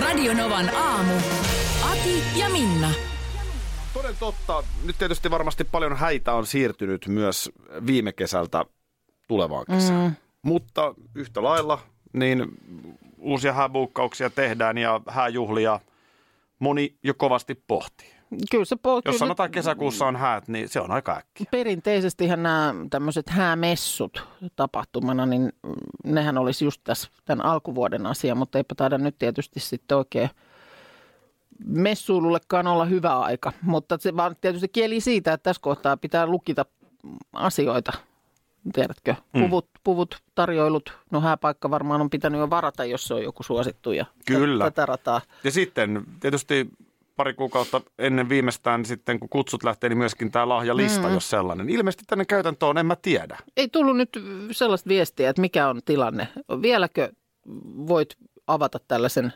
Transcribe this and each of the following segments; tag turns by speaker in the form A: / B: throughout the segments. A: Radionovan aamu. Ati ja Minna.
B: Toden totta. Nyt tietysti varmasti paljon häitä on siirtynyt myös viime kesältä tulevaan kesään. Mm. Mutta yhtä lailla niin uusia hääbuukkauksia tehdään ja hääjuhlia moni jo kovasti pohtii.
C: Kyllä se pol-
B: Jos
C: kyllä nyt
B: sanotaan kesäkuussa on häät, niin se on aika äkkiä.
C: perinteisesti ihan nämä tämmöiset häämessut tapahtumana, niin mm, nehän olisi just tässä tämän alkuvuoden asia, mutta eipä taida nyt tietysti sitten oikein messuilullekaan olla hyvä aika. Mutta se vaan tietysti kieli siitä, että tässä kohtaa pitää lukita asioita, tiedätkö,
B: Mm.
C: puvut, puvut tarjoilut. No hääpaikka varmaan on pitänyt jo varata, jos se on joku suosittu ja tä-
B: Kyllä.
C: tätä rataa.
B: Ja sitten tietysti pari kuukautta ennen viimeistään sitten, kun kutsut lähtee, niin myöskin tämä lahjalista, mm. jos sellainen. Ilmeisesti tänne käytäntöön en mä tiedä.
C: Ei tullut nyt sellaista viestiä, että mikä on tilanne. Vieläkö voit avata tällaisen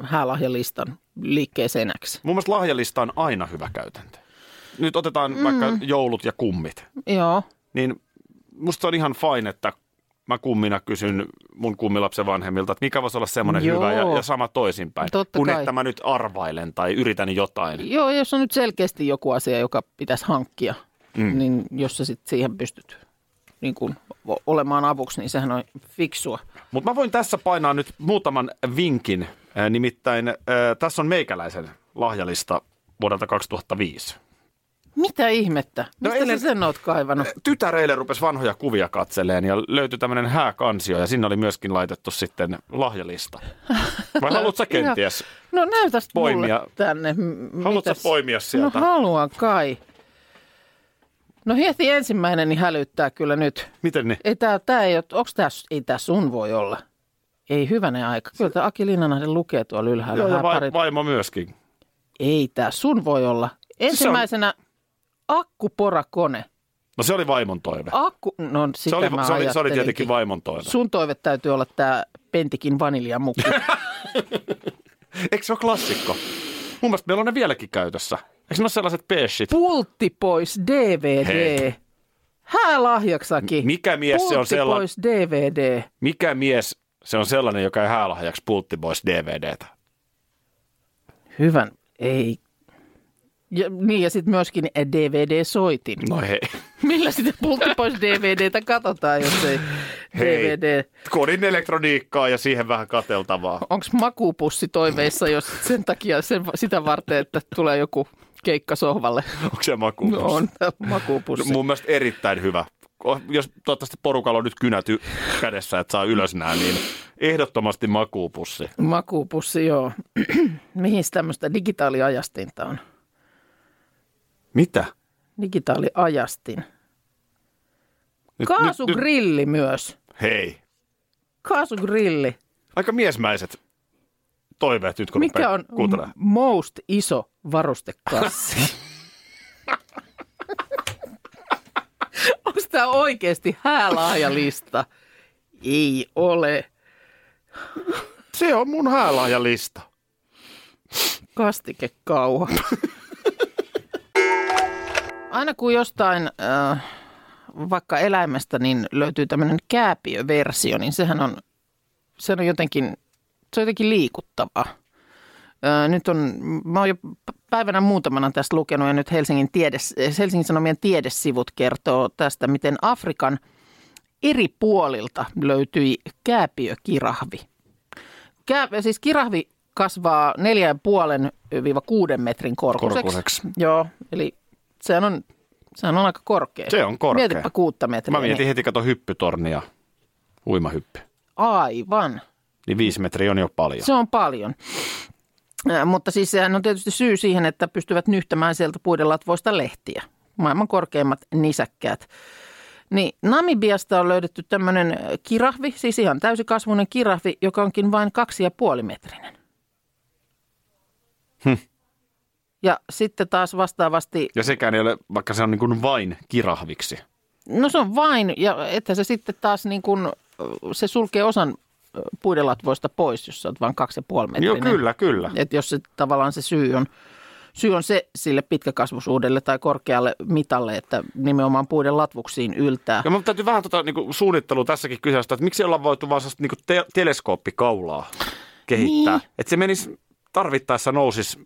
C: häälahjalistan liikkeen senäksi?
B: Mun mielestä lahjalista on aina hyvä käytäntö. Nyt otetaan mm. vaikka joulut ja kummit.
C: Joo.
B: niin musta se on ihan fine, että mä kummina kysyn mun kummilapsen vanhemmilta, että mikä voisi olla semmoinen
C: Joo. No
B: hyvä ja, ja sama toisinpäin.
C: Totta
B: kun
C: kai.
B: että mä nyt arvailen tai yritän jotain.
C: Joo, jos on nyt selkeästi joku asia, joka pitäisi hankkia, mm. niin jos sä sit siihen pystyt niin kun, o- olemaan avuksi, niin sehän on fiksua.
B: Mutta mä voin tässä painaa nyt muutaman vinkin. Äh, Nimittäin äh, tässä on meikäläisen lahjalista vuodelta 2005.
C: Mitä ihmettä? Mistä no
B: eilen-
C: sä sen oot kaivannut?
B: Tytäreille rupesi vanhoja kuvia katseleen ja löytyi tämmöinen hääkansio ja sinne oli myöskin laitettu sitten lahjalista. Vai haluatko sä kenties?
C: No näytäs
B: Poimia.
C: mulle tänne. M-
B: Haluatko
C: mitäs-
B: sä poimia sieltä?
C: No haluan kai. No heti ensimmäinen niin hälyttää kyllä nyt.
B: Miten niin?
C: Ei tää, tää ei, oo- onks tää, s- ei tää sun voi olla. Ei hyvänä aika. Kyllä tää Aki Linnanahden lukee tuolla ylhäällä.
B: Joo, ja
C: Joo,
B: vai,
C: parit.
B: vaimo myöskin.
C: Ei tää sun voi olla.
B: Siis
C: Ensimmäisenä akkuporakone.
B: No se oli vaimon toive.
C: Akku, no sitä
B: se, oli, se,
C: mä
B: oli, se oli
C: ajattelinkin.
B: tietenkin vaimon toive.
C: Sun toive täytyy olla tää Pentikin vaniljamukki.
B: Eikö se ole klassikko? Mun mielestä meillä on ne vieläkin käytössä. Eikö ne ole sellaiset peeshit?
C: Pultti pois DVD.
B: Hei.
C: Häälahjaksakin.
B: M- mikä mies se on
C: Pultti
B: sellan-
C: pois DVD.
B: Mikä mies se on sellainen, joka ei häälahjaksi pultti pois DVDtä?
C: Hyvän, ei. Ja, niin, ja sitten myöskin DVD-soitin.
B: No hei.
C: Millä sitten pultti pois DVDtä katsotaan, jos ei
B: Hei.
C: DVD...
B: Kodin elektroniikkaa ja siihen vähän kateltavaa.
C: Onko makuupussi toiveissa, jos sen takia sen, sitä varten, että tulee joku keikka sohvalle?
B: Onko se maku?
C: No on tää
B: No,
C: makuupussi.
B: mun mielestä erittäin hyvä. Oh, Jos toivottavasti porukalla on nyt kynäty kädessä, että saa ylös nää, niin ehdottomasti makuupussi.
C: Makuupussi, joo. Mihin tämmöistä digitaaliajastinta on?
B: Mitä?
C: Digitaaliajastin.
B: Nyt, nyt, nyt,
C: Kaasugrilli myös.
B: hei.
C: Kaasugrilli.
B: Aika miesmäiset toiveet nyt, kun
C: Mikä
B: rupeaa
C: on
B: kuuntelemaan.
C: m- most iso varustekassi? Onko tämä oikeasti häälahjalista? Ei ole.
B: Se on mun häälaajalista.
C: Kastikekauha. Aina kun jostain äh, vaikka eläimestä niin löytyy tämmöinen kääpiöversio, niin sehän on, sehän on jotenkin, se on jotenkin liikuttavaa. Äh, nyt on, mä oon jo päivänä muutamana tästä lukenut ja nyt Helsingin, tiedes, Helsingin Sanomien tiedesivut kertoo tästä, miten Afrikan eri puolilta löytyi kääpiökirahvi. Kää, siis kirahvi kasvaa 4,5-6 metrin korkuiseksi.
B: Korkuiseksi.
C: Joo, eli sehän on, sehän on aika korkea.
B: Se on korkea.
C: Mietipä kuutta metriä.
B: Mä mietin heti, kato hyppytornia, uimahyppy.
C: Niin. Aivan.
B: Niin viisi metriä on jo paljon.
C: Se on paljon. Äh, Mutta siis sehän on tietysti syy siihen, että pystyvät nyhtämään sieltä puiden latvoista lehtiä. Maailman korkeimmat nisäkkäät. Niin Namibiasta on löydetty tämmöinen kirahvi, siis ihan täysikasvuinen kirahvi, joka onkin vain kaksi ja puoli metrinen.
B: Hm.
C: Ja sitten taas vastaavasti,
B: Ja sekään ei ole, vaikka se on niin kuin vain kirahviksi.
C: no se on vain, ja että se sitten taas niin kuin, se sulkee osan ö, puidelatvoista pois, jos sä oot vain kaksi ja puoli
B: Joo,
C: metrinen.
B: kyllä, kyllä.
C: Että jos se, tavallaan se syy on, syy on se sille pitkäkasvuisuudelle tai korkealle mitalle, että nimenomaan puiden latvuksiin yltää.
B: Ja mun täytyy vähän tuota niin suunnittelua tässäkin kyseistä, että miksi ollaan voitu vaan sellaista niin te- teleskooppikaulaa kehittää.
C: Niin.
B: Niin. Että se menisi tarvittaessa nousis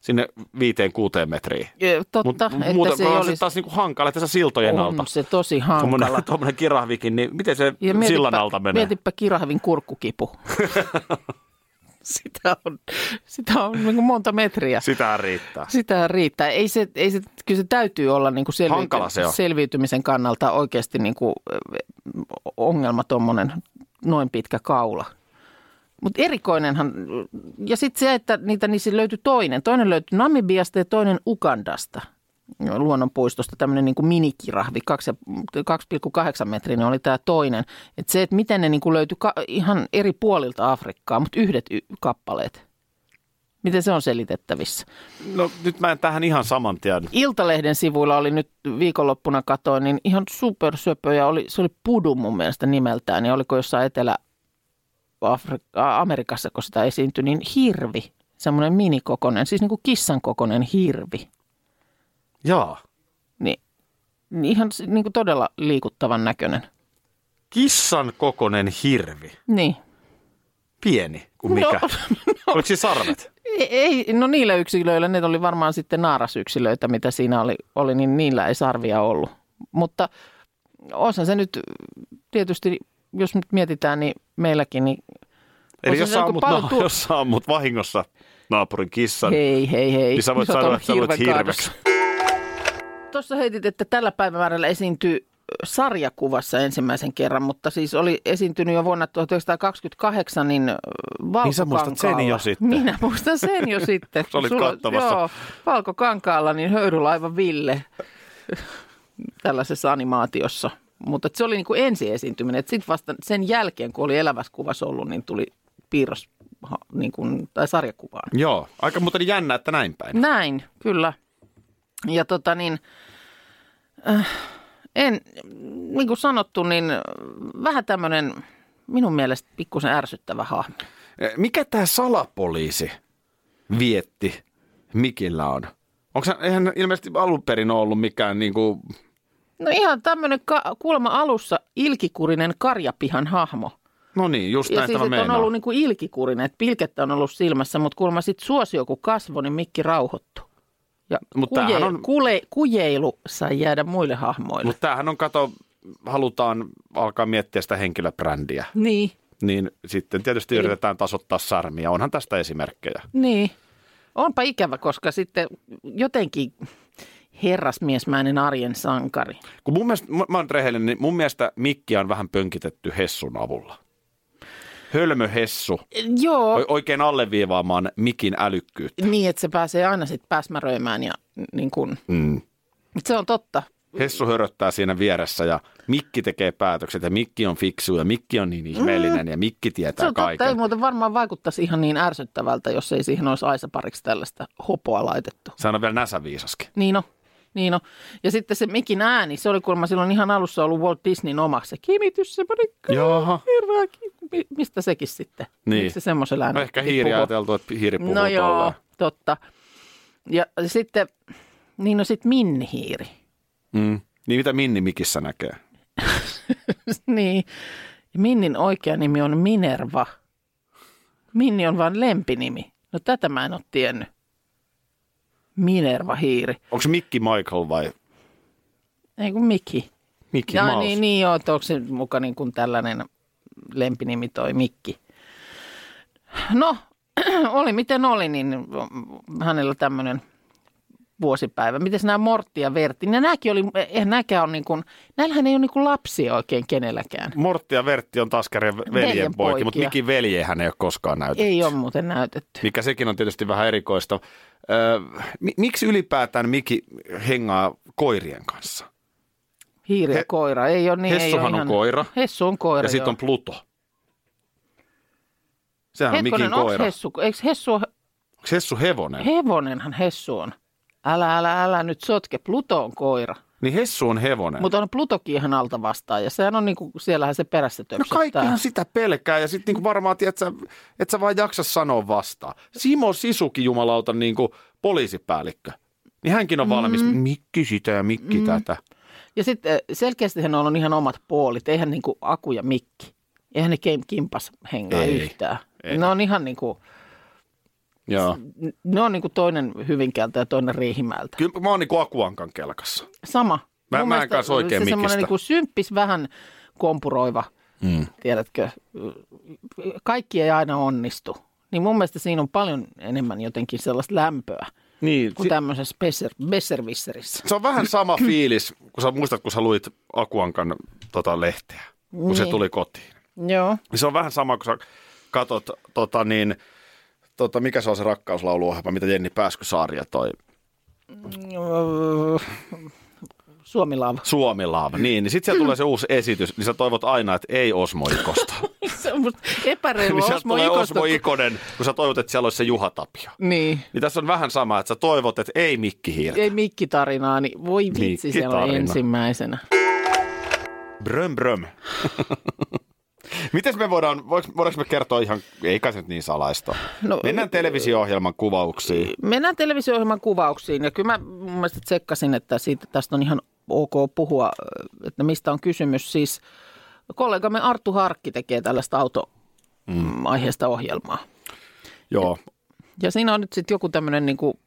B: sinne viiteen kuuteen metriin.
C: Ö, Totta,
B: Mut,
C: että
B: muuta,
C: se ei
B: on
C: olisi,
B: taas niin kuin hankala tässä siltojen alta.
C: on se tosi hankala.
B: Tuommoinen, tuommoinen kirahvikin, niin miten se
C: Ja
B: sillan alta menee?
C: Mietipä kirahvin kurkkukipu. sitä on, sitä on niin kuin monta metriä.
B: Sitä riittää.
C: Sitä riittää. Ei se, ei se, kyllä se täytyy olla niin kuin selviyty-
B: Hankala se on.
C: selviytymisen kannalta oikeasti niin kuin ongelma tuommoinen noin pitkä kaula. Mutta erikoinenhan, ja sitten se, että niitä niissä löytyi toinen. Toinen löytyi Namibiasta ja toinen Ugandasta luonnonpuistosta, tämmöinen niin kuin minikirahvi, kaksi ja- 2,8 metrinen niin oli tämä toinen. Et se, että miten ne niin kuin löytyi ka- ihan eri puolilta Afrikkaa, mutta yhdet y- kappaleet. Miten se on selitettävissä?
B: No nyt mä en tähän ihan saman tien.
C: Iltalehden sivuilla oli nyt viikonloppuna katoin, niin ihan supersöpöjä oli, se oli Pudu mun mielestä nimeltään, ja oliko jossain Etelä- Afri- ä, Amerikassa, kun sitä esiintyi, niin hirvi, semmoinen minikokonen, siis niin kuin kissan kokonen hirvi.
B: Jaa.
C: Niin, niin ihan s- niin kuin todella liikuttavan näköinen.
B: Kissan kokonen hirvi.
C: Niin.
B: Pieni kuin mikä.
C: No,
B: Oliko siinä sarvet?
C: ei- ei, no niillä yksilöillä, ne oli varmaan sitten naarasyksilöitä, mitä siinä oli, oli niin niillä ei sarvia ollut. Mutta osa se nyt tietysti, jos nyt mietitään, niin meilläkin, niin
B: Eli
C: se
B: jos
C: se
B: sä,
C: joku
B: ammut,
C: paljon
B: na-
C: tu-
B: jos sä ammut vahingossa naapurin kissan, Hei.
C: hei, hei, hei.
B: niin sä voit
C: oot
B: sanoa,
C: ollut
B: että sä olet
C: hirven
B: hirveksi.
C: Tuossa heitit, että tällä päivämäärällä esiintyy sarjakuvassa ensimmäisen kerran, mutta siis oli esiintynyt jo vuonna 1928 niin ö, Valkokankaalla.
B: Niin sä muistat sen jo sitten.
C: Minä muistan sen jo sitten.
B: Sä olit
C: Sulla-
B: katsomassa.
C: Joo, Valkokankaalla niin höyrylaiva Ville tällaisessa animaatiossa. Mutta et se oli niin kuin ensi esiintyminen. Sitten vasta sen jälkeen, kun oli elävässä kuvassa ollut, niin tuli piirros ha- niin kuin, tai sarjakuvaan.
B: Joo, aika muuten jännä, että näin päin.
C: Näin, kyllä. Ja tota niin, äh, en, niin kuin sanottu, niin äh, vähän tämmöinen minun mielestä pikkusen ärsyttävä hahmo.
B: Eh, Mikä tämä salapoliisi vietti Mikillä on? Onko se, eihän ilmeisesti alun perin ole ollut mikään niinku,
C: No ihan tämmöinen ka- kuulemma alussa ilkikurinen karjapihan hahmo.
B: no niin, just
C: Ja
B: näin
C: siis
B: tämä
C: että on
B: meinaa.
C: ollut niin kuin ilkikurinen, että pilkettä on ollut silmässä, mutta kuulemma sitten suosio kun kasvoi, niin mikki rauhoittui. Ja
B: Mut
C: kuje-
B: tämähän on-
C: kule- kujeilu sai jäädä muille hahmoille.
B: Mutta tämähän on, kato, halutaan alkaa miettiä sitä henkilöbrändiä.
C: Niin,
B: Niin sitten tietysti yritetään tasoittaa sarmia. Onhan tästä esimerkkejä.
C: Niin. Onpa ikävä, koska sitten jotenkin herrasmiesmäinen arjen sankari.
B: Kun mun mielestä, mä, mä oon rehellinen, niin mun mielestä Mikkiä on vähän pönkitetty Hessun avulla. Hölmö Hessu.
C: Joo,
B: O- oikein alleviivaamaan Mikin älykkyyttä.
C: niin että se pääsee aina sitten pääsmäröimään ja niin kun,
B: Mm.
C: se on totta.
B: Hessu höröttää siinä vieressä ja Mikki tekee päätökset ja Mikki on fiksu ja Mikki on niin ihmeellinen ja Mikki
C: Mm. Se
B: tietää
C: on totta, ei
B: kaiken.
C: muuten varmaan vaikuttaisi ihan niin ärsyttävältä, jos ei siihen olisi aisapariksi tällaista hopoa laitettu.
B: Sehän on vielä näsäviisaskin.
C: Niin on. Niin on. Ja sitten se mikin ääni, se oli kuulemma silloin ihan alussa ollut Walt Disneyn omaksi. Se kimitys, semmoinen
B: Jaha.
C: hirveä ki- mi- Mistä sekin sitten?
B: Niin.
C: Miksi se semmoisella
B: No
C: äänellä
B: ehkä
C: piti
B: hiiri
C: puhua?
B: ajateltu, että hiiri puhuu
C: No joo,
B: tolleen.
C: totta. Ja sitten, niin no sitten minnihiiri.
B: Mm. Niin mitä Minni Mikissä näkee?
C: niin, ja Minnin oikea nimi on Minerva. Minni on vain lempinimi. No tätä mä en ole tiennyt. Minerva hiiri.
B: Onko Mikki Michael vai
C: Ei kun Mikki.
B: Mikki
C: Ja,
B: Mouse?
C: niin, niin joo, että onko se muka niin kuin tällainen lempinimi toi Mikki. No, oli miten oli, niin hänellä tämmöinen vuosipäivä. Miten nämä Mortti ja Vertti, niin nämäkin oli, eihän nämäkään on niin kuin, näillähän ei ole niin kuin lapsia oikein kenelläkään.
B: Mortti ja Vertti on taas kerran veljen poikia,
C: Veljenpoikia.
B: mutta Mikin veljehän ei ole koskaan näytetty.
C: Ei ole muuten näytetty.
B: Mikä sekin on tietysti vähän erikoista. Öö, mi- miksi ylipäätään Miki hengaa koirien kanssa?
C: Hiiri ja
B: He-
C: koira, ei ole niin. ei
B: Hessuhan
C: ole
B: on
C: ihan,
B: koira.
C: Hessu on koira,
B: ja sitten on Pluto. Sehän on Mikin
C: Hetkonen, onko
B: koira.
C: Hessu, eikö Hessu ole
B: Sessu Hevonen.
C: Hevonenhan Hessu on. Älä, älä, älä nyt sotke. Pluto on koira.
B: Niin Hessu on hevonen.
C: Mutta on Plutokin ihan alta vastaan ja sehän on niinku, siellähän se perässä
B: no
C: töpsöttää.
B: kaikkihan sitä pelkää ja sitten niinku varmaan, tiedät, sä, et sä vaan jaksa sanoa vastaan. Simo Sisuki jumalauta niinku poliisipäällikkö. Niin hänkin on valmis.
C: Mm-hmm.
B: Mm. Mikki sitä ja mikki mm. tätä.
C: Ja sitten selkeästi hän on ihan omat puolit, eihän niinku Aku ja Mikki. Eihän ne kim- kimpas hengaa
B: Ei,
C: yhtään.
B: ei.
C: Ne on ihan niinku,
B: Joo.
C: ne on niinku toinen Hyvinkäältä ja toinen Riihimäeltä.
B: Kyllä mä oon niinku Akuankan kelkassa.
C: Sama.
B: Mä-
C: Mun
B: mä en
C: mielestä
B: kanssa oikein
C: se
B: mikistä.
C: semmoinen niinku symppis vähän kompuroiva,
B: Mm.
C: tiedätkö. Kaikki ei aina onnistu. Niin mun mielestä siinä on paljon enemmän jotenkin sellaista lämpöä
B: Niin,
C: kuin
B: si-
C: tämmöisessä besser- besservisserissä.
B: se on vähän sama fiilis, kun sä muistat, kun sä luit Akuankan tota, lehteä, kun se
C: Niin.
B: tuli kotiin.
C: Joo.
B: Niin Se on vähän sama, kun sä katot, tota, niin, tota, mikä se on se rakkauslauluohjelma, mitä Jenni Pääskysaari toi
C: Suomi Love.
B: Suomi
C: Mm.
B: Love, niin, niin sitten siellä tulee se uusi esitys, niin sä toivot aina, että ei Osmo Ikosta.
C: Se on musta epäreilu
B: niin sieltä
C: Osmo
B: tulee
C: Ikosta,
B: Osmo
C: kun-
B: Ikonen, kun sä toivot, että siellä olisi se Juha Tapio.
C: Niin.
B: Niin tässä on vähän sama, että sä toivot, että ei Mikki Hiirtä.
C: Ei mikkitarinaa, niin voi vitsi, siellä on
B: Mikkitarina.
C: ensimmäisenä.
B: Bröm bröm. Miten me voidaan, voiks- voidaanko me kertoa ihan, ei kai se nyt niin salaista. No,
C: No,
B: Mennään televisio-ohjelman kuvauksiin.
C: Mennään televisio-ohjelman kuvauksiin. Ja kyllä mä mun mielestä tsekkasin, että siitä, tästä on ihan ok puhua, että mistä on kysymys. Siis kollegamme Arttu Harkki tekee tällaista
B: Mm.
C: auto-aiheesta ohjelmaa.
B: Joo.
C: Ja siinä on nyt sitten joku tämmöinen niinku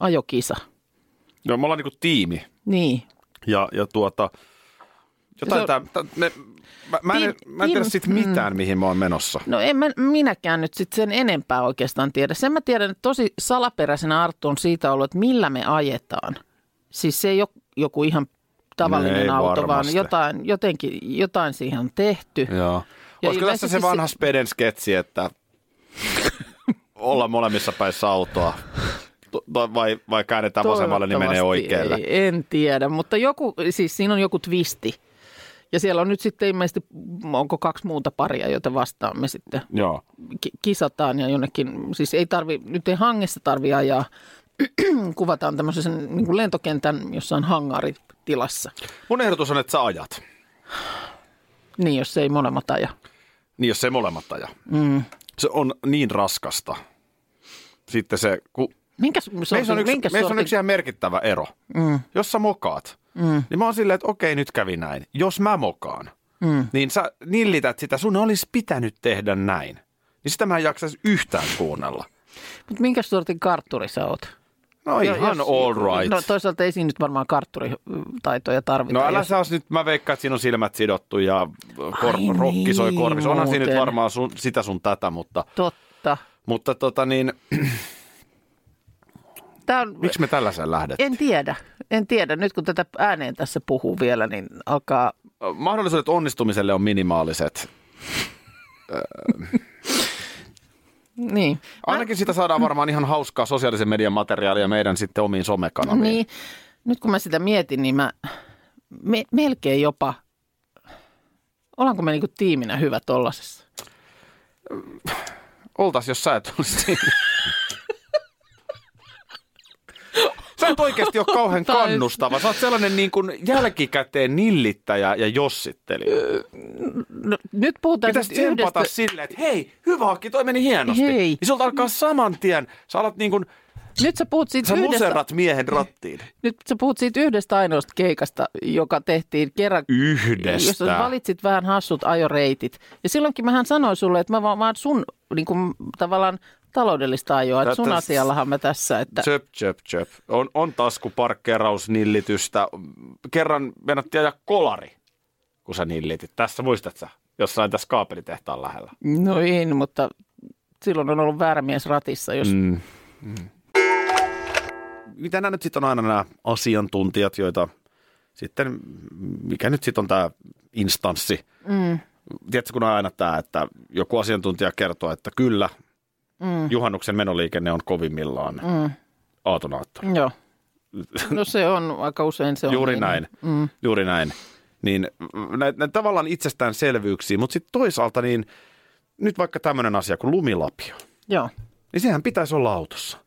C: ajokisa.
B: Joo, me ollaan niinku tiimi.
C: Niin.
B: Ja, ja tuota, jotain
C: Se on- mm.
B: tää, tää, me, mä, mä, en,
C: Tiim-
B: mä en tiedä
C: tiim-
B: siitä mitään, mihin mä oon menossa.
C: No en mä, minäkään nyt sitten sen enempää oikeastaan tiedä. Sen mä tiedän, että tosi salaperäisenä Arttu on siitä ollut, että millä me ajetaan. Siis se ei ole joku ihan tavallinen
B: Ei
C: auto,
B: varmasti.
C: vaan jotain, jotenkin, jotain siihen on tehty.
B: Joo.
C: Ja
B: Olisiko tässä se
C: ilmeisesti
B: vanha Speden sketsi, että olla molemmissa päissä autoa? To- to- Vai, vai käännetään vasemmalle, niin menee
C: Toivottavasti
B: oikealle.
C: Ei, en tiedä, mutta joku, siis siinä on joku twisti. Ja siellä on nyt sitten ilmeisesti, onko kaksi muuta paria, joita vastaan me sitten
B: Joo.
C: ki- kisataan ja jonnekin, siis ei tarvi, nyt ei hangessa tarvi ajaa, kuvataan tämmöisen niin kuin lentokentän jossain hangaritilassa.
B: Mun ehdotus on, että sä ajat.
C: Niin, jos ei molemmat aja.
B: Niin, jos se molemmat aja. Mm. Se on niin raskasta. Sitten se, kun
C: Minkä, s- sortin,
B: meissä on, yksi,
C: minkä
B: meissä on
C: sortin-
B: yksi ihan merkittävä ero. Mm. Jos sä mokaat, mm. niin mä oon silleen, että okei, nyt kävi näin. Jos mä mokaan, mm. niin sä nillität sitä, sun olisi pitänyt tehdä näin. Niin sitä mä en jaksaisi yhtään kuunnella.
C: Mut minkä sortin kartturi sä oot?
B: No
C: Jo-
B: ihan all right.
C: No toisaalta ei siinä nyt varmaan kartturitaitoja tarvita.
B: No älä
C: jos-
B: saa nyt, mä veikkaan, että siinä on silmät sidottu ja kor-
C: Ai
B: rokki soi
C: niin,
B: korvissa. Onhan siinä nyt
C: muuten.
B: varmaan sun, sitä sun tätä, mutta,
C: Totta.
B: mutta tota niin,
C: Tää on,
B: miksi me tällaisen lähdettiin?
C: En tiedä. En tiedä. Nyt kun tätä ääneen tässä puhuu vielä, niin alkaa...
B: Mahdollisuudet onnistumiselle on minimaaliset.
C: Niin.
B: Ainakin sitä saadaan varmaan ihan hauskaa sosiaalisen median materiaalia meidän sitten omiin somekanaviin.
C: Niin, nyt kun mä sitä mietin, niin mä me, melkein jopa, ollaanko me niinku tiiminä hyvä tollasessa?
B: Oltais, jos sä et olisi siinä. Sä et oikeasti ole kauhean
C: Taisi.
B: kannustava. Sä oot sellainen niin kuin jälkikäteen nillittäjä ja jossittelija.
C: No, nyt puhutaan
B: Pitäisi
C: nyt
B: tsempata silleen, että hei, hyvä hakki, toi meni hienosti.
C: siis Hei.
B: Niin sulta alkaa saman tien, sä alat niin kuin,
C: Nyt sä puhut siitä
B: sä
C: yhdestä,
B: muserat miehen rattiin.
C: nyt sä puhut siitä yhdestä ainoasta keikasta, joka tehtiin kerran,
B: Yhdestä.
C: jos sä valitsit vähän hassut ajoreitit. Ja silloinkin mähän sanoin sulle, että mä vaan, vaan sun niin kuin, tavallaan taloudellista ajoa, että sun
B: Tätä-
C: asiallahan mä tässä, että
B: Chöp, chöp, chöp. On, on taskuparkkeerausnillitystä. Kerran mennättiin ajaa kolari, kun sä nillitit. Tässä muistat sä, jossain tässä kaapelitehtaan lähellä.
C: no niin, mutta silloin on ollut väärä mies ratissa, jos
B: Mm. Mitä nämä nyt sitten on aina nämä asiantuntijat, joita sitten, mikä nyt sitten on tämä instanssi? Mm. Tiedätkö, kun on aina tämä, että joku asiantuntija kertoo, että kyllä, mm. juhannuksen menoliikenne on kovimmillaan mm. aatonaattori.
C: Joo. No se on aika usein se on.
B: Juuri
C: niin.
B: näin, mm. juuri näin. Niin näitä näit tavallaan itsestäänselvyyksiä, mutta sitten toisaalta niin nyt vaikka tämmöinen asia kuin lumilapio.
C: Joo.
B: Niin sehän pitäisi olla autossa.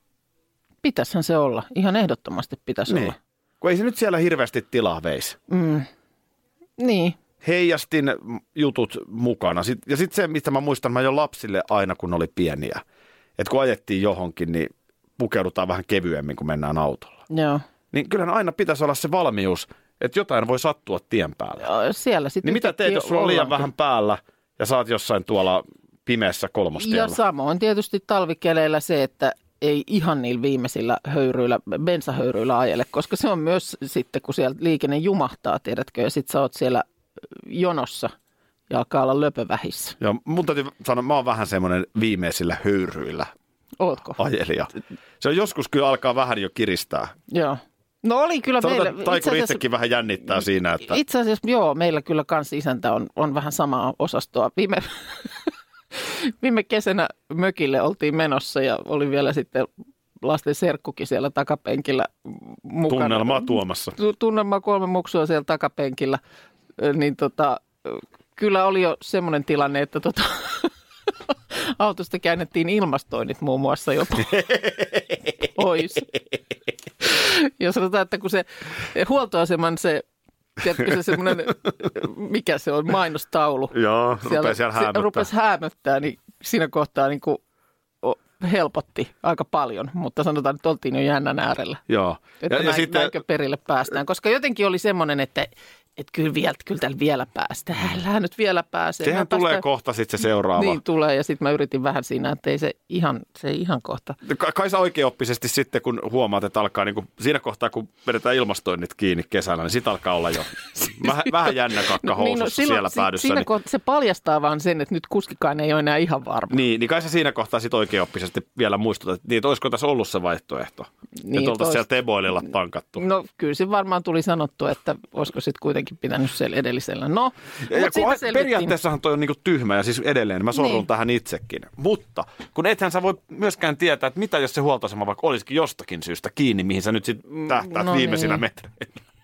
C: Pitäshän se olla. Ihan ehdottomasti pitäisi
B: Niin.
C: olla.
B: Kun ei se nyt siellä hirveästi tilaa veisi.
C: Mm. Niin.
B: heijastin jutut mukana. Sit, ja sitten se, mistä mä muistan, mä jo lapsille aina, kun oli pieniä. Että kun ajettiin johonkin, niin pukeudutaan vähän kevyemmin, kun mennään autolla.
C: Joo.
B: Niin kyllähän aina pitäisi olla se valmius, että jotain voi sattua tien päällä.
C: Ja Siellä sitten
B: Niin mitä teet, jos sulla on liian vähän päällä ja saat jossain tuolla pimeässä
C: Ja
B: kolmostiellä?
C: samoin tietysti talvikeleillä se, että ei ihan niillä viimeisillä höyryillä, bensahöyryillä ajele, koska se on myös sitten, kun siellä liikenne jumahtaa, tiedätkö, ja sitten sä oot siellä jonossa ja alkaa olla löpövähissä.
B: Ja mun täytyy sanoa, mä oon vähän semmoinen viimeisillä höyryillä
C: Ootko?
B: ajelija. Se on joskus kyllä alkaa vähän jo kiristää.
C: Joo. No oli kyllä
B: Sanotaan,
C: meillä.
B: tai
C: itse
B: kun
C: asiassa-
B: itsekin vähän jännittää siinä, että...
C: Itse asiassa joo, meillä kyllä kans isäntä on, on vähän samaa osastoa. Viime, viime kesänä mökille oltiin menossa ja oli vielä sitten lasten serkkukin siellä takapenkillä mukana.
B: tunnelmaa tuomassa.
C: Tu- Tunnelmaa kolme muksua siellä takapenkillä. Ö, Niin tota, ö, kyllä oli jo semmoinen tilanne, että tota, autosta käännettiin ilmastoinnit muun muassa jopa pois. Ja sanotaan, että kun se huoltoaseman se, tiedätkö se semmoinen, mikä se on, mainostaulu.
B: Joo, rupeaa siellä
C: se
B: häämöttää.
C: Rupesi häämöttää, niin siinä kohtaa niin kuin o- helpotti aika paljon, mutta sanotaan, että oltiin jo jännän äärellä.
B: Joo.
C: Että ja, näin, sitten... näinkö perille päästään, koska jotenkin oli semmoinen, että, että kyllä, vielä, kyllä täällä vielä päästään, älä nyt vielä pääsee.
B: sehän
C: Mä
B: tulee
C: päästään-
B: kohta sitten se seuraava.
C: Niin tulee ja sitten mä yritin vähän siinä, että ei se ihan, se ei ihan kohta.
B: Ka- Kai sä oikeoppisesti sitten, kun huomaat, että alkaa niin kuin, siinä kohtaa, kun vedetään ilmastoinnit kiinni kesällä, niin sit alkaa olla jo vähän, vähän jännä kakka
C: No
B: housussa siellä
C: niin, si-
B: päädyssä.
C: Siinä
B: niin,
C: kohta se paljastaa vaan sen, että nyt kuskikaan ei ole enää ihan varma.
B: niin, niin kai sä siinä kohtaa sit oikeoppisesti vielä muistutat, että, niin, että olisiko tässä ollut se vaihtoehto. Niin,
C: Niin,
B: että oltaisiin
C: ois-
B: siellä teboililla tankattu.
C: No kyllä se varmaan tuli sanottu, että olisiko sitten kuitenkin pitänyt siellä edellisellä. No,
B: Ja
C: mutta
B: kun
C: siitä
B: ai-
C: selvittiin.
B: periaatteessahan toi on niinku tyhmä ja siis edelleen, mä sorrun
C: Niin.
B: niin. tähän itsekin. Mutta kun ethän sä voi myöskään tietää, että mitä jos se huoltoasema vaikka olisikin jostakin syystä kiinni, mihin sä nyt sitten tähtäät
C: no
B: no viimeisinä
C: niin.
B: niin. metreillä.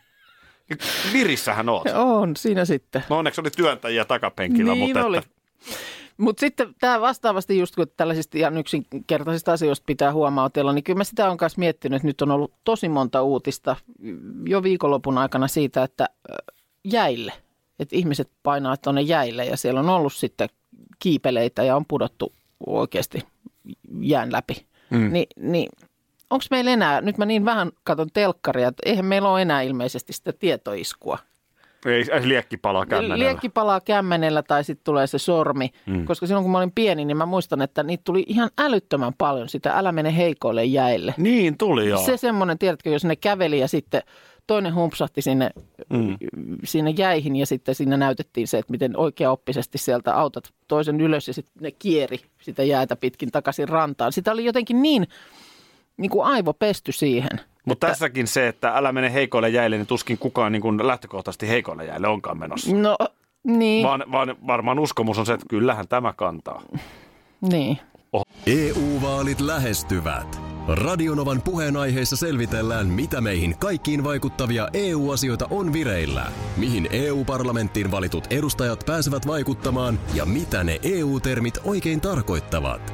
B: Virissähän oot.
C: On siinä sitten.
B: No onneksi oli työntäjiä takapenkillä,
C: niin
B: mutta
C: oli.
B: Että,
C: Mutta sitten tämä vastaavasti just kun tällaisista ihan yksinkertaisista asioista pitää huomautella, niin kyllä mä sitä on myös miettinyt, että nyt on ollut tosi monta uutista jo viikonlopun aikana siitä, että ö, jäille, että ihmiset painaa tuonne jäille ja siellä on ollut sitten kiipeleitä ja on pudottu oikeasti jään läpi. Mm. Ni, niin onko meillä enää, nyt mä niin vähän katon telkkaria, että eihän meillä ole enää ilmeisesti sitä tietoiskua.
B: ei, ei liekki palaa kämmenellä.
C: Liekki palaa kämmenellä tai sitten tulee se sormi. Mm. Koska silloin kun mä olin pieni, niin mä muistan, että niitä tuli ihan älyttömän paljon sitä älä mene heikoille jäille.
B: Niin tuli joo.
C: Se semmoinen, tiedätkö, jos ne käveli ja sitten toinen humpsahti sinne, mm. sinne jäihin ja sitten siinä näytettiin se, että miten oikeaoppisesti sieltä autat toisen ylös ja sitten ne kieri sitä jäätä pitkin takaisin rantaan. Sitä oli jotenkin niin, niin kuin aivo pesty siihen.
B: Mutta tässäkin se, että älä mene heikoille jäille, niin tuskin kukaan niin kuin lähtökohtaisesti heikoille jäille onkaan menossa.
C: No niin, Va-
B: Vaan, vaan varmaan uskomus on se, että kyllähän tämä kantaa.
C: niin.
D: EU-vaalit E lähestyvät. Radionovan puheenaiheessa selvitellään, mitä meihin kaikkiin vaikuttavia EU-asioita on vireillä, mihin EU-parlamenttiin valitut edustajat pääsevät vaikuttamaan ja mitä ne EU-termit oikein tarkoittavat.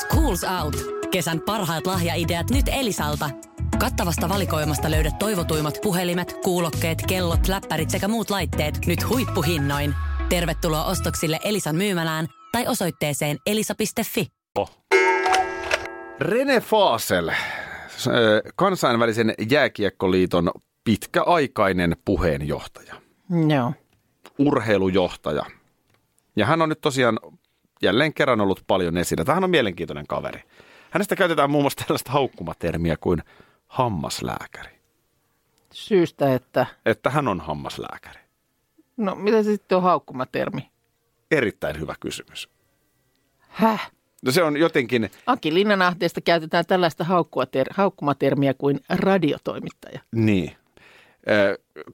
E: Schools Out. Kesän parhaat lahjaideat nyt Elisalta. Kattavasta valikoimasta löydät toivotuimmat puhelimet, kuulokkeet, kellot, läppärit sekä muut laitteet nyt huippuhinnoin. Tervetuloa ostoksille Elisan myymälään tai osoitteeseen elisa.fi.
B: Rene Faasel, ö, kansainvälisen jääkiekkoliiton pitkäaikainen puheenjohtaja,
C: Joo.
B: urheilujohtaja. Ja hän on nyt tosiaan jälleen kerran ollut paljon esillä. Tähän on mielenkiintoinen kaveri. Hänestä käytetään muun muassa tällaista haukkumatermiä kuin hammaslääkäri.
C: Syystä, että...
B: Että hän on hammaslääkäri.
C: No, mitä se sitten on haukkumatermi?
B: Erittäin hyvä kysymys.
C: Häh?
B: No se on jotenkin,
C: Aki Linnanahteesta käytetään tällaista haukkua ter- haukkumatermiä kuin radiotoimittaja.
B: niin.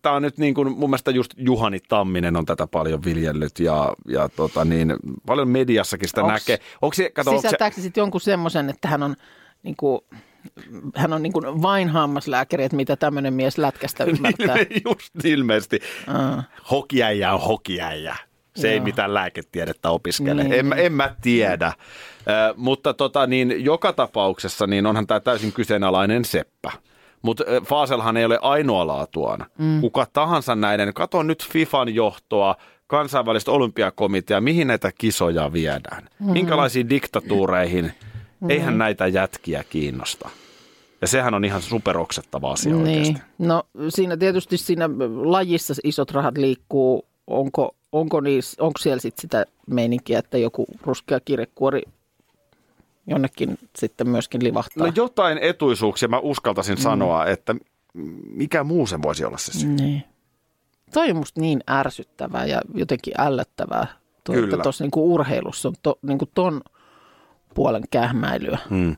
B: Tämä on nyt niin kuin, mun mielestä just Juhani Tamminen on tätä paljon viljellyt ja, ja tota niin, paljon mediassakin sitä
C: Onks-
B: näkee. Onko se, kato, onks se,
C: Sisältääkö se sitten jonkun semmoisen, että hän on, niin kuin, hän on niin kuin vain hammaslääkäri, että mitä tämmöinen mies lätkästä
B: Niin,
C: ymmärtää?
B: Just ilmeisesti. Uh. Hokiäijä on hokiäijä. Se Joo. ei mitään lääketiedettä opiskele. Niin. En, mä- en mä tiedä. Ö, mutta tota, niin, joka tapauksessa niin onhan tämä täysin kyseenalainen seppä. Mutta Faaselhan ei ole ainoa laatuaan. Mm. Kuka tahansa näiden, kato nyt FIFAn johtoa, kansainvälistä olympiakomitea, mihin näitä kisoja viedään. Mm. Minkälaisiin diktatuureihin. Mm. Eihän näitä jätkiä kiinnosta. Ja sehän on ihan superoksettava asia niin. oikeasti.
C: Niin. No siinä tietysti siinä lajissa isot rahat liikkuu. Onko, onko, niissä, onko siellä sitten sitä meininkiä, että joku ruskea kirjekuori jonnekin sitten myöskin livahtaa?
B: No jotain etuisuuksia mä uskaltaisin mm. sanoa, että mikä muu se voisi olla se syy.
C: Niin. Toi on musta niin ärsyttävää ja jotenkin ällöttävää. Toi,
B: Kyllä.
C: että tuossa niinku urheilussa on to, niinku ton puolen kähmäilyä. Mm.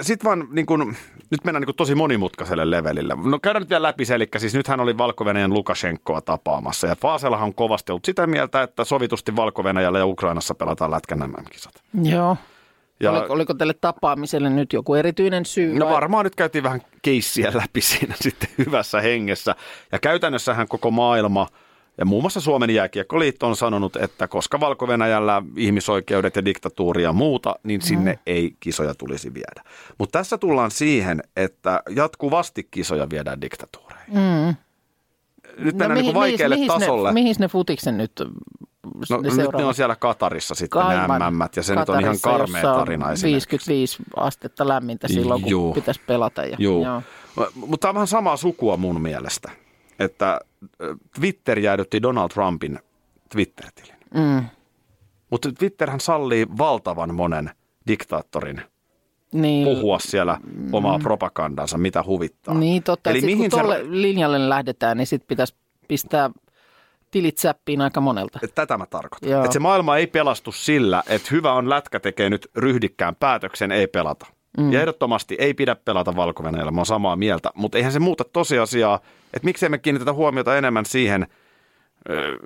B: Sitten vaan, niin kun, nyt mennään niin kun tosi monimutkaiselle levelille. No käydään nyt vielä läpi se, eli siis nythän oli valko Lukashenkoa tapaamassa. Ja Faasellahan on kovasti ollut sitä mieltä, että sovitusti valko ja Ukrainassa pelataan lätkän MM-kisat.
C: Joo.
B: Hmm. Ja,
C: Ja... Oliko, oliko tälle tapaamiselle nyt joku erityinen syy?
B: No
C: vai-
B: varmaan nyt käytiin vähän keissiä läpi siinä sitten hyvässä hengessä. Ja käytännössähän koko maailma ja muun muassa Suomen jääkiekkoliitto on sanonut, että koska valko ihmisoikeudet ja diktatuuri ja muuta, niin sinne mm. ei kisoja tulisi viedä. Mutta tässä tullaan siihen, että jatkuvasti kisoja viedään diktatuureihin. Mm. Nyt mennään no, niin
C: mihin-
B: vaikealle
C: mihin- mihin
B: tasolle.
C: Ne, mihin ne futiksen nyt mm,
B: No,
C: ne
B: nyt ne on
C: seuraavat?
B: siellä Katarissa sitten
C: Aivan.
B: nämä MM:t, ja se nyt on ihan
C: Katarissa,
B: karmea
C: jossa on
B: tarina esimerkiksi.
C: 55 astetta lämmintä silloin, kun
B: Juu.
C: pitäisi pelata. Ja,
B: Joo. Mutta tämä on vähän samaa sukua mun mielestä, että ö, Twitter jäädytti Donald Trumpin Twitter-tilin. Mm. Mutta Twitterhän sallii valtavan monen diktaattorin
C: Niin,
B: puhua siellä omaa propagandansa, mitä huvittaa.
C: Mm. Niin totta,
B: Eli
C: Eli sit,
B: mihin
C: kun
B: se...
C: tuolle linjalle lähdetään, niin sitten pitäisi pistää tilit säppiin aika monelta.
B: Tätä mä tarkoitan.
C: Joo.
B: Että se maailma ei pelastu sillä, että hyvä on lätkä tekee nyt ryhdikkään päätöksen, ei pelata. Mm. Ja ehdottomasti ei pidä pelata valko mä oon samaa mieltä, mutta eihän se muuta tosiasiaa, että miksei me kiinnitetä huomiota enemmän siihen, ö,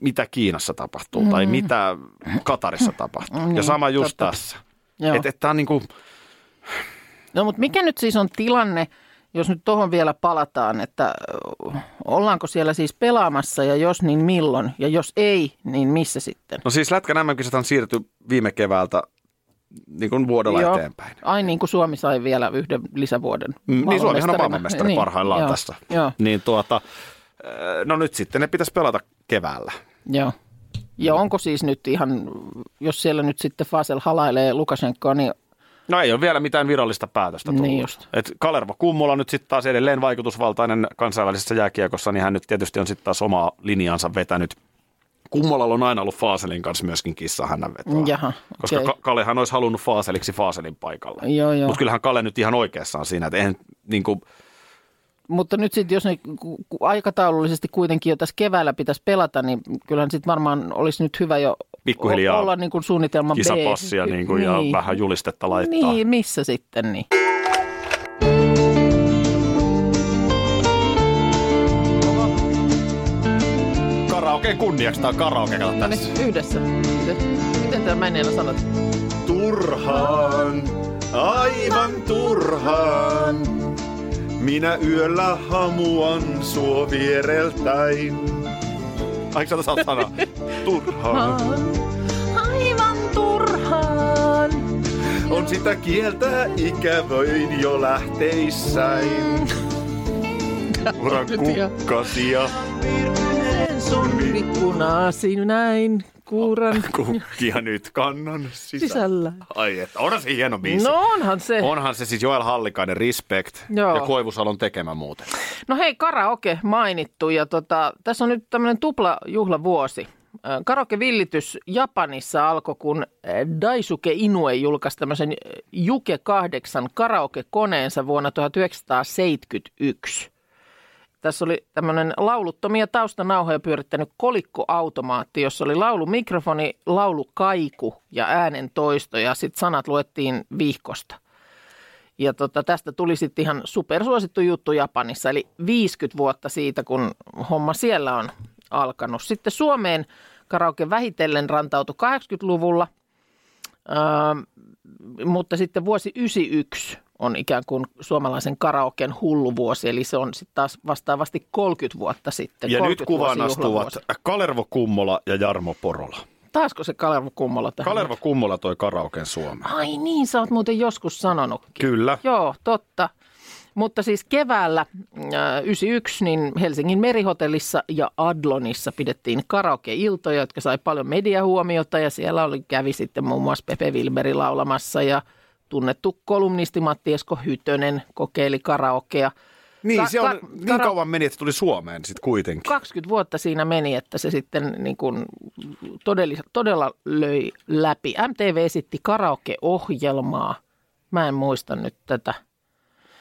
B: mitä Kiinassa tapahtuu mm. tai mitä Katarissa tapahtuu. Mm, ja sama just
C: niin, totta.
B: tässä.
C: Joo.
B: Että et tämä on niin kuin,
C: No mutta mikä nyt siis on tilanne, jos nyt tuohon vielä palataan, että ö, ollaanko siellä siis pelaamassa ja jos niin milloin ja jos ei, niin missä sitten?
B: no siis lätkän MM-kisathan siirtyi viime keväältä niin kuin vuodella
C: Joo.
B: eteenpäin.
C: Ai niin kuin Suomi sai vielä yhden lisävuoden.
B: Mm, Niin Suomihan on
C: maailmanmestarina.
B: maailmanmestari niin, parhaillaan
C: joo,
B: tässä.
C: Joo,
B: Niin tuota, ö, no nyt sitten ne pitäisi pelata keväällä.
C: joo. Ja onko siis nyt ihan, jos siellä nyt sitten Fasel halailee Lukashenkoa, niin
B: No ei ole vielä mitään virallista päätöstä tullut.
C: Niin just.
B: Et Kalervo Kummola nyt sitten taas edelleen vaikutusvaltainen kansainvälisessä jääkiekossa, niin hän nyt tietysti on sitten taas omaa linjansa vetänyt. Kummolalla on aina ollut Faaselin kanssa myöskin kissa hänen vetoa.
C: Jaha,
B: Koska
C: okei.
B: okay. Kalehan olisi halunnut Faaseliksi Faaselin paikalle.
C: Joo, joo. No
B: Mutta kyllähän Kale nyt ihan oikeassa on siinä, että eihän niin kuin,
C: Mutta nyt sitten, jos ne ku- ku- aikataulullisesti kuitenkin jo tässä keväällä pitäisi pelata, niin kyllähän sitten varmaan olisi nyt hyvä jo
B: Pikkuhiljaa
C: o- olla niin kuin suunnitelma
B: kisapassia
C: B.
B: niin kuin, ja vähän julistetta laittaa.
C: Niin, missä sitten niin?
B: Karaoke kunniaksi, tämä on karaoke, kato
C: No
B: tässä.
C: niin, yhdessä. Miten, miten tämä menee, sanot?
B: Turhaan, aivan turhaan. Minä yöllä hamuan suo viereltäin. Ai sä saat sanoa? Turhaan.
C: Aivan turhaan.
B: On sitä kieltä ikävöin jo lähteissäin. Ura kukkasi ja
C: Sun ikkuna näin kuuran
B: kukkia nyt kannan sisällä.
C: sisällä.
B: Ai että, onhan se hieno biisi.
C: No onhan se.
B: Onhan se siis Joel Hallikainen, Respect
C: Joo.
B: ja Koivusalon tekemä muuten.
C: No hei, karaoke mainittu ja tota, tässä on nyt tämmöinen tupla juhlavuosi. Ö, Karaokevillitys Japanissa alkoi, kun ö, Daisuke Inue julkaisi tämmöisen ö, Juke 8 karaokekoneensa vuonna 1971. Tässä oli tämmöinen lauluttomia taustanauhoja pyörittänyt kolikkoautomaatti, jossa oli laulumikrofoni, laulukaiku ja äänen toisto ja sitten sanat luettiin vihkosta. Ja tota, tästä tuli sitten ihan supersuosittu juttu Japanissa, eli 50 vuotta siitä, kun homma siellä on alkanut. Sitten Suomeen karaoke vähitellen rantautui 80-luvulla, öö, mutta sitten vuosi 91 on ikään kuin suomalaisen karaoken hullu vuosi, eli se on sitten taas vastaavasti 30 vuotta sitten.
B: Ja nyt
C: 30
B: kuvaan
C: vuosi
B: astuvat
C: juhlavuosi.
B: Kalervo Kummola ja Jarmo Porola.
C: Taasko se Kalervo Kummola tähän?
B: Kalervo Kummola toi karaoken Suomeen.
C: Ai niin, sä oot muuten joskus sanonut.
B: Kyllä.
C: Joo, totta. Mutta siis keväällä äh, 91 niin Helsingin merihotellissa ja Adlonissa pidettiin karaoke-iltoja, jotka sai paljon mediahuomiota ja siellä oli, kävi sitten muun muassa Pepe Wilberi laulamassa ja tunnettu kolumnisti Matti Esko Hytönen kokeili karaokea.
B: Niin,
C: Ka-
B: se on,
C: ka-
B: niin
C: kara-
B: kauan meni, että se tuli Suomeen sitten kuitenkin.
C: 20 vuotta siinä meni, että se sitten niin kuin todellis- todella löi läpi. MTV esitti karaoke-ohjelmaa. Mä en muista nyt tätä.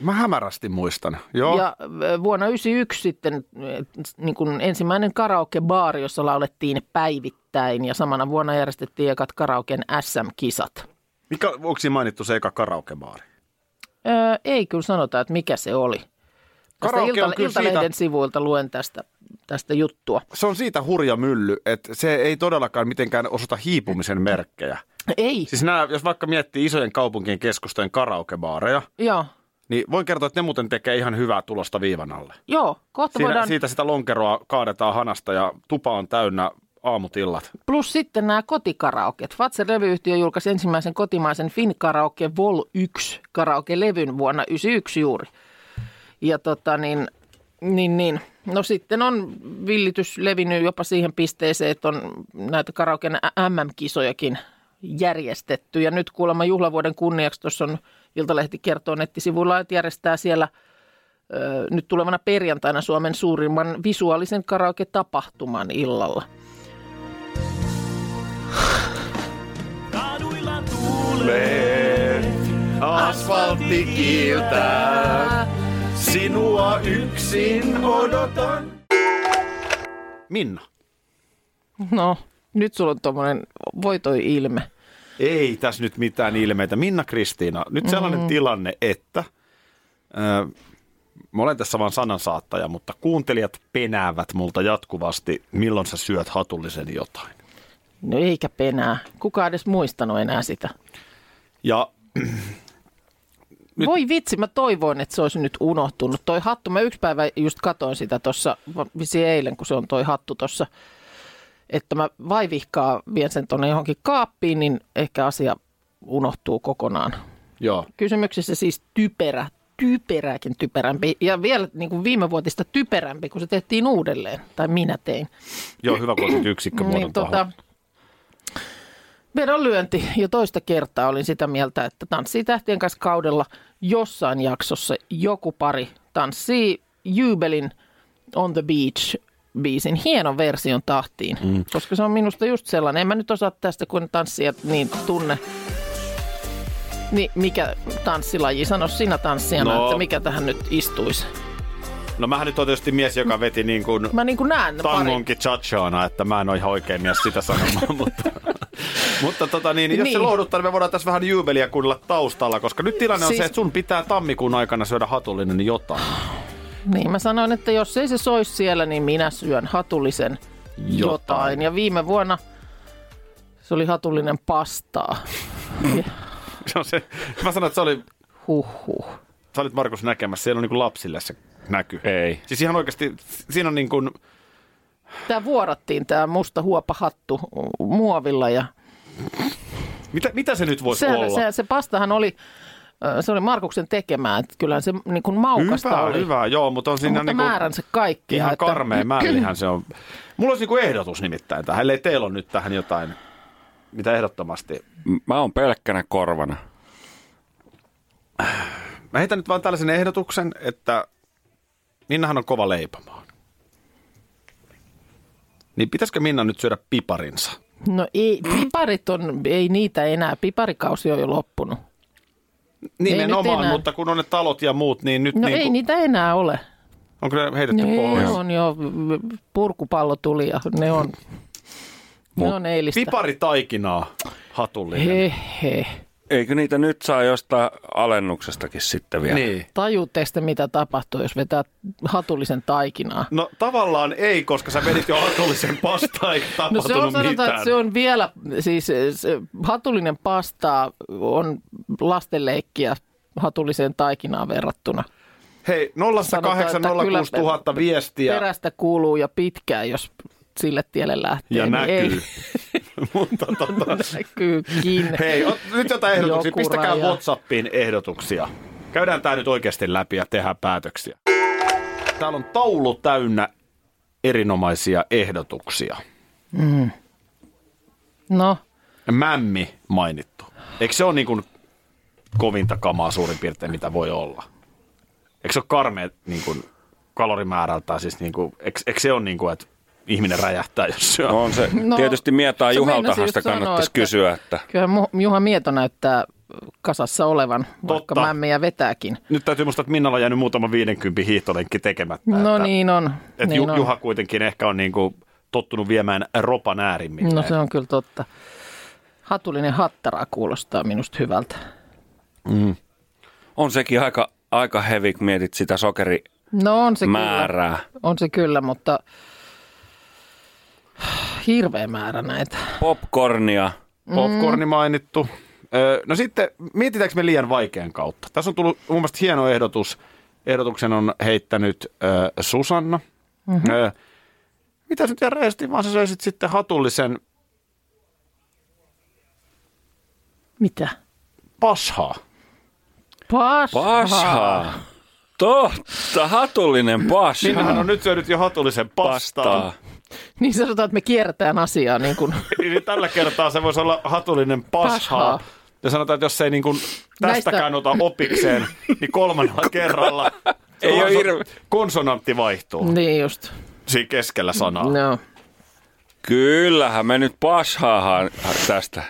B: Mä hämärästi muistan. Joo.
C: Ja ö, vuonna 1991 sitten ö, niin kuin ensimmäinen karaokebaari, jossa laulettiin päivittäin ja samana vuonna järjestettiin ekat karaoken SM-kisat.
B: Mikä, onko siinä mainittu se eka karaokebaari?
C: Öö, ei kyllä sanota, että mikä se oli. Tästä
B: Karaoke on
C: ilta,
B: kyllä siitä-
C: Iltalehden sivuilta luen tästä, tästä juttua.
B: Se on siitä hurja mylly, että se ei todellakaan mitenkään osoita hiipumisen merkkejä.
C: Ei,
B: Siis nämä, jos vaikka miettii isojen kaupunkien keskustojen karaokebaareja,
C: joo,
B: niin voin kertoa, että ne muuten tekee ihan hyvää tulosta viivan alle.
C: joo. Kohta
B: Siinä,
C: voidaan...
B: siitä sitä lonkeroa kaadetaan hanasta ja tupa on täynnä aamutillat.
C: Plus sitten nämä kotikaraoket. Fatser levyyhtiö julkaisi ensimmäisen kotimaisen Finkaraoke Vol 1 karaoke-levyn vuonna 1991 juuri. Ja tota niin, niin, niin. No sitten on villitys levinnyt jopa siihen pisteeseen, että on näitä karaoken MM-kisojakin järjestetty. Ja nyt kuulemma juhlavuoden kunniaksi tuossa on Iltalehti kertoo nettisivuilla, että järjestää siellä ö, nyt tulevana perjantaina Suomen suurimman visuaalisen karaoke-tapahtuman illalla.
B: Asfaltti kiiltää, sinua yksin odotan. Minna.
C: No, nyt sulla on tuommoinen voitoi ilme.
B: Ei tässä nyt mitään ilmeitä. Minna Kristiina, nyt sellainen mm-hmm. tilanne, että ö, mä olen tässä vaan sanansaattaja, mutta kuuntelijat penäävät multa jatkuvasti, milloin sä syöt hatullisen jotain.
C: No eikä penää. Kuka edes muistanut enää sitä?
B: Ja
C: Nyt. Voi vitsi, mä toivoin, että se olisi nyt unohtunut. Toi hattu, mä yksi päivä just katoin sitä tuossa, visi eilen, kun se on toi hattu tuossa, että mä vaivihkaa vien sen tuonne johonkin kaappiin, niin ehkä asia unohtuu kokonaan.
B: joo,
C: Kysymyksessä siis typerä, typerääkin typerämpi ja vielä niin kuin viime vuotista typerämpi, kun se tehtiin uudelleen, tai minä tein.
B: joo hyvä kun otit yksikkömuodon
C: niin, tota, Vedonlyönti jo toista kertaa olin sitä mieltä, että tanssii tähtien kanssa kaudella jossain jaksossa joku pari tanssii Jubelin On the Beach biisin hienon version tahtiin, mm. koska se on minusta just sellainen. En mä nyt osaa tästä, kun tanssijat niin tunne. Niin, mikä tanssilaji? Sano sinä tanssijana,
B: No.
C: no. että mikä tähän nyt istuisi.
B: No mähän nyt on tietysti mies, joka veti niin kuin
C: Mä niin kuin näen ne pari.
B: tangonkin chachaana, että mä en ole ihan oikein mies sitä sanomaan, mutta... Mutta tota niin, jos niin. se
C: Niin.
B: lohduttaa, niin me voidaan tässä vähän jubelia kuunnella taustalla, koska nyt tilanne on siis...
C: Siis-
B: se, että sun pitää tammikuun aikana syödä hatullinen jotain.
C: Niin mä sanoin, että jos ei se soisi siellä, niin minä syön hatullisen jotain. jotain. Ja viime vuonna se oli hatullinen pastaa.
B: Se on se, mä sanoin, että se oli,
C: Huhhuh.
B: sä olit Markus näkemässä, siellä on niin kuin lapsille se näky.
F: Ei.
B: Siis ihan oikeasti, siinä on niin kuin,
C: Tää vuorattiin tää musta huopahattu muovilla ja
B: mitä, mitä se nyt voisi
C: sehän,
B: olla?
C: se, se pastahan oli, ö, se oli Markuksen tekemää, että kyllähän se niin kuin maukasta
B: hyvä,
C: oli.
B: hyvä, joo, mutta on siinä
C: Mutta
B: niin kuin,
C: määränsä kaikkia.
B: ihan
C: että-
B: karmea mällihän se on. Mulla olisi niin kuin ehdotus nimittäin tähän, ellei teillä on nyt tähän jotain, mitä ehdottomasti
F: Mä oon pelkkänä korvana.
B: Mä heitän nyt vaan tällaisen ehdotuksen, että Ninnahan on kova leipomaan. Niin pitäisikö Minna nyt syödä piparinsa?
C: No ei, piparit on, ei niitä enää. Piparikausi on jo loppunut.
B: Nimenomaan,
C: enää.
B: mutta kun on ne talot ja muut, niin nyt
C: No
B: niin
C: ei No
B: kuin,
C: niitä enää ole.
B: onko ne heitetty
C: Ne
B: pois?
C: on jo, purkupallo tuli ja ne on, ne on eilistä.
B: Piparitaikinaa hatullinen.
C: he, he.
F: Eikö niitä nyt saa jostain alennuksestakin sitten vielä?
B: Niin.
C: Tajuutteko te, mitä tapahtuu, jos vetää hatullisen taikinaa?
B: No tavallaan ei, koska sä vedit jo hatullisen pastaa, eikä
C: No
B: tapahtunut
C: se on sanotaan,
B: mitään.
C: että se on vielä, siis se, hatullinen pasta on lastenleikkiä hatulliseen taikinaan verrattuna.
B: Hei,
C: Sanotaan,
B: 0806000
C: että kyllä pe-
B: viestiä
C: Perästä kuuluu ja pitkään, jos sille tielle lähtee.
B: ja
C: niin
B: näkyy.
C: Ei,
B: Mutta
C: No,
B: tota,
C: näkyykin.
B: hei, ot, nyt jotain ehdotuksia.
C: Joku
B: Pistäkää
C: raja.
B: Whatsappiin ehdotuksia. Käydään tämä nyt oikeasti läpi ja tehdään päätöksiä. Täällä on taulu täynnä erinomaisia ehdotuksia.
C: No,
B: Mämmi mainittu. Eikö se ole niin kuin kovinta kamaa suurin piirtein, mitä voi olla? Eikö se ole karmea niin kuin kalorimäärältään? Siis niin kuin, eikö, eikö se ole niin kuin, että ihminen räjähtää, jos syö?
F: No on se,
C: No,
F: no, tietysti mietaa
C: se meinasin
F: Juhaltahan
C: just
F: sitä
C: sanoa,
F: kannattaisi
C: että-
F: kysyä, että
C: kyllä Mu- Juha Mieto näyttää kasassa olevan, Totta. vaikka
B: Totta.
C: mämmiä vetääkin.
B: Nyt täytyy muistaa, että Minnalla on jäänyt muutama 50 hiihtolenkki tekemättä.
C: No
B: että,
C: niin on.
B: Että
C: niin
B: Ju-
C: on.
B: Juha kuitenkin ehkä on niin kuin tottunut viemään ropan äärimmilleen.
C: No se on kyllä totta. Hatullinen hattara kuulostaa minusta hyvältä.
F: on sekin aika, aika heavy, kun mietit sitä
C: No on se kyllä.
F: sokerimäärää.
C: On se kyllä, mutta hirveä määrä näitä.
F: Popcornia.
C: mm.
B: Popcorni mainittu. Öö, No sitten, mietitäänkö me liian vaikean kautta? Tässä on tullut mun mielestä hieno ehdotus. Ehdotuksen on heittänyt ö, Susanna.
C: Mhm.
B: Mm-hmm. Öö, mitä nyt ihan rehellisesti, vaan sä söisit sitten hatullisen
C: Mitä?
B: pashaa.
C: Pas.
F: Pashaa. Totta, hatullinen
B: Minnahan
F: pasha.
B: on nyt syönyt jo hatullisen pastaa.
F: Pastaa.
C: Niin sanotaan, että me kierretään asiaa niin kuin
B: niin tällä kertaa se voisi olla hatullinen pashaa.
C: Pashaa.
B: Ja sanotaan, että jos ei niin kuin tästäkään
C: Näistä-
B: ota opikseen, niin kolmannella kerralla
F: Ei oo
B: konso-
F: hirve-
B: konsonantti vaihtuu
C: niin just.
B: siinä keskellä sanaa.
C: No.
F: Kyllähän me nyt pashaahan tästä.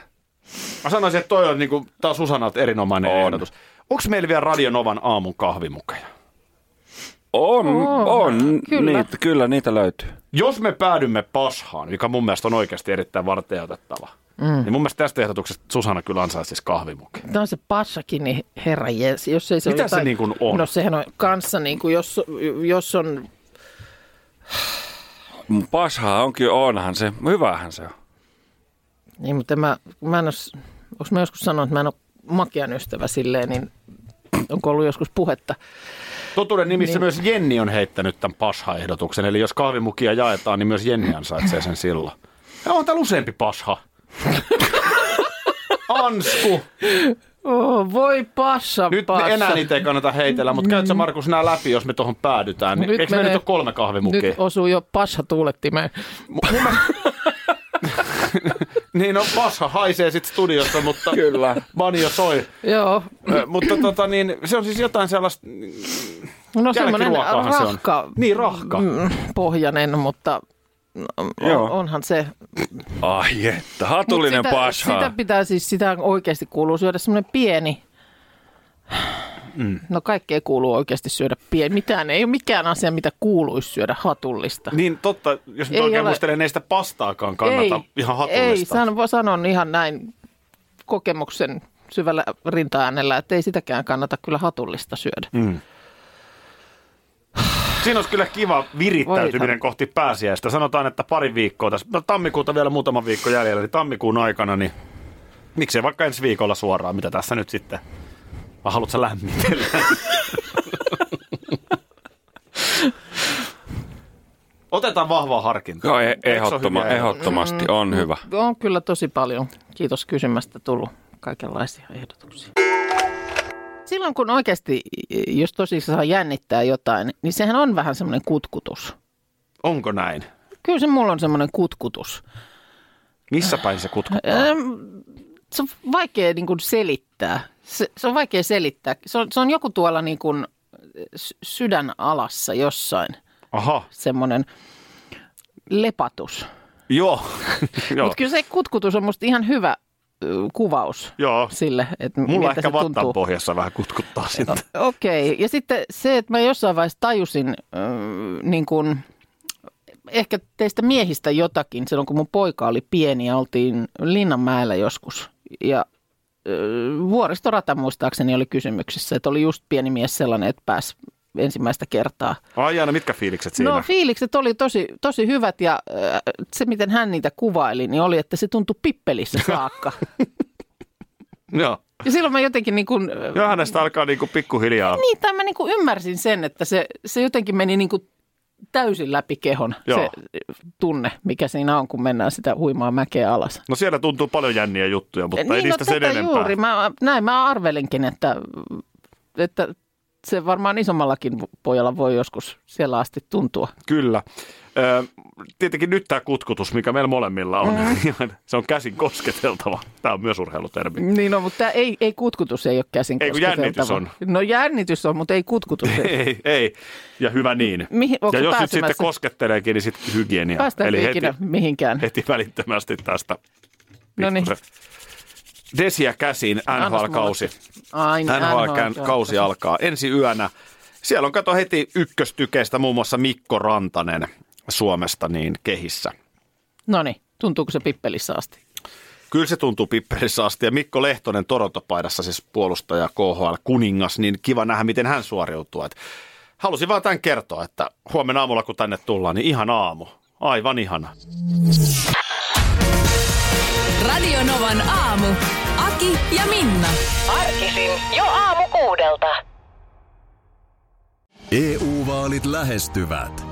B: Mä sanoisin, että toi on niin kuin, tää on Susanalta erinomainen
F: On.
B: on. ehdotus. Onko meillä vielä Radionovan aamun kahvimukeja?
F: On, on, on.
C: kyllä.
F: Kyllä. Niitä, kyllä niitä löytyy.
B: Jos me päädymme pashaan, mikä mun mielestä on oikeasti erittäin varteenotettava, mm. niin mun mielestä tästä ehdotuksesta Susanna kyllä ansaitsisi kahvimukin.
C: Tämä on se passakin, niin herra jees. Jos ei se ole
B: Mitä se
C: jotain,
B: niin kuin on?
C: No sehän on kanssa, niin kuin jos, jos on
F: Pashaa onkin, onhan se. Hyvähän se on.
C: Niin, mutta mä, mä en ole, onko mä joskus sanonut, että mä en ole makian ystävä silleen, niin onko ollut joskus puhetta.
B: Totuuden nimissä niin.
C: Niin.
B: myös Jenni on heittänyt tämän pasha-ehdotuksen, eli jos kahvimukia jaetaan, niin myös Jenni ansaitsee sen silloin. Ja on täällä useampi pasha. Ansku!
C: Oh, voi passa,
B: Nyt
C: passa.
B: enää niitä ei kannata heitellä, mutta käytkö sä, Markus nämä läpi, jos me tuohon päädytään? Niin, eikö me nyt
C: Mm. menee-
B: ole kolme kahvimukia?
C: Nyt osuu jo passa tuulettimeen.
B: Niin no, pasha haisee sitten studiossa, mutta
F: Kyllä.
B: banjo soi.
C: Joo,
B: Ö, mutta tota niin, se on siis jotain sellaista,
C: no semmoinen
B: Jälkiruokaahan se on.
C: rahka,
B: niin rahka.
C: mm, pohjainen, mutta on,
F: Joo.
C: onhan se. Mut
F: Ai että, hatullinen
C: sitä,
F: pasha.
C: sitä pitää siis, sitä oikeasti kuuluu syödä semmoinen pieni. No kaikkea kuuluu oikeasti syödä pieni. Mitään, ei ole mikään asia, mitä kuuluisi syödä hatullista.
B: Niin totta, jos nyt
C: Ei
B: oikein
C: ole.
B: muistelen, ei sitä pastaakaan kannata
C: ei,
B: ihan
C: Ei,
B: hatullista.
C: sanon, sanon ihan näin kokemuksen syvällä rintaäänellä, että ei sitäkään kannata kyllä hatullista syödä. Mm.
B: Siinä olisi kyllä kiva virittäytyminen
C: Voitan.
B: kohti pääsiäistä. Sanotaan, että pari viikkoa tässä, no tammikuuta vielä muutama viikko jäljellä, niin tammikuun aikana, niin miksei vaikka ensi viikolla suoraan, mitä tässä nyt sitten? Vai haluatko sä lämmitellä? Otetaan vahvaa harkintaa.
F: Joo, eh-
B: Eikö se ole
F: ehdottoman,
B: hyviä
F: ehdottomasti
C: Mm.
F: on hyvä.
C: On kyllä tosi paljon. Kiitos kysymästä tullut kaikenlaisia ehdotuksia. Silloin kun oikeasti, jos tosissaan jännittää jotain, niin sehän on vähän semmoinen kutkutus.
B: Onko näin?
C: Kyllä se mulla on semmoinen kutkutus.
B: Missä päin se kutkuttaa?
C: Ähm, se on vaikea niin kuin selittää. Se, se on vaikea selittää. Se on, se on joku tuolla niin kuin sy- sydän alassa jossain
B: Aha,
C: semmoinen lepatus.
B: Joo. Joo.
C: Mutta kyllä se kutkutus on musta ihan hyvä ö, kuvaus
B: Joo.
C: sille, että
B: Mulla
C: miltä
B: ehkä
C: se
B: vattan
C: tuntuu.
B: pohjassa vähän kutkuttaa sitten.
C: Okei, ja sitten se, että mä jossain vaiheessa tajusin äh, niin kuin, ehkä teistä miehistä jotakin silloin, kun mun poika oli pieni ja oltiin Linnanmäellä joskus. Ja äh, vuoristorata muistaakseni oli kysymyksessä, että oli just pieni mies sellainen, että pääsi ensimmäistä kertaa
B: Ai Jaana, mitkä fiilikset siinä?
C: No fiilikset oli tosi, tosi hyvät ja äh, se, miten hän niitä kuvaili, niin oli, että se tuntui pippelissä saakka.
B: Joo.
C: ja silloin mä jotenkin niin kuin,
B: Joo, hänestä alkaa niinku pikkuhiljaa.
C: niin, tai mä niin kuin ymmärsin sen, että se, se jotenkin meni niin kuin täysin läpi kehon
B: Joo.
C: se tunne, mikä siinä on, kun mennään sitä huimaa mäkeä alas.
B: No siellä tuntuu paljon jänniä juttuja, mutta ei
C: niin,
B: niistä sen
C: tätä
B: enempää.
C: juuri. Mä, näin mä arvelinkin, että, että se varmaan isommallakin pojalla voi joskus siellä asti tuntua.
B: Kyllä. Ö, tietenkin nyt tämä kutkutus, mikä meillä molemmilla on, mm. se on käsin kosketeltava. Tämä on myös urheilutermi.
C: Niin on, mutta tää ei, ei kutkutus ei ole käsin
B: Ei, kun
C: kosketeltava.
B: jännitys on.
C: No jännitys on, mutta ei kutkutus. Ei.
B: Ei, ei. Ja hyvä niin.
C: Mihin- onko
B: ja jos nyt
C: pääsemässä?
B: sitten kosketteleekin, niin sitten hygienia.
C: Päästäänkö
B: Eli
C: ikinä
B: heti,
C: mihinkään?
B: heti välittömästi tästä.
C: No niin.
B: pikkusen. Desiä käsiin,
C: Annas
B: NHL-kausi.
C: Aina
B: NHL-kausi alkaa ensi yönä. Siellä on kato heti ykköstykeistä muun muassa Mikko Rantanen Suomesta niin kehissä.
C: No niin, tuntuuko se pippelissä asti?
B: Kyllä se tuntuu pippelissä asti. Ja Mikko Lehtonen Torontopaidassa, siis puolustaja KHL Kuningas, niin kiva nähdä, miten hän suoriutuu. Et halusin vaan tämän kertoa, että huomenna aamulla, kun tänne tullaan, niin ihan aamu. Aivan ihana.
A: Radio Novan aamu. Aki ja Minna.
G: Arkisin jo aamu kuudelta.
D: EU-vaalit E lähestyvät.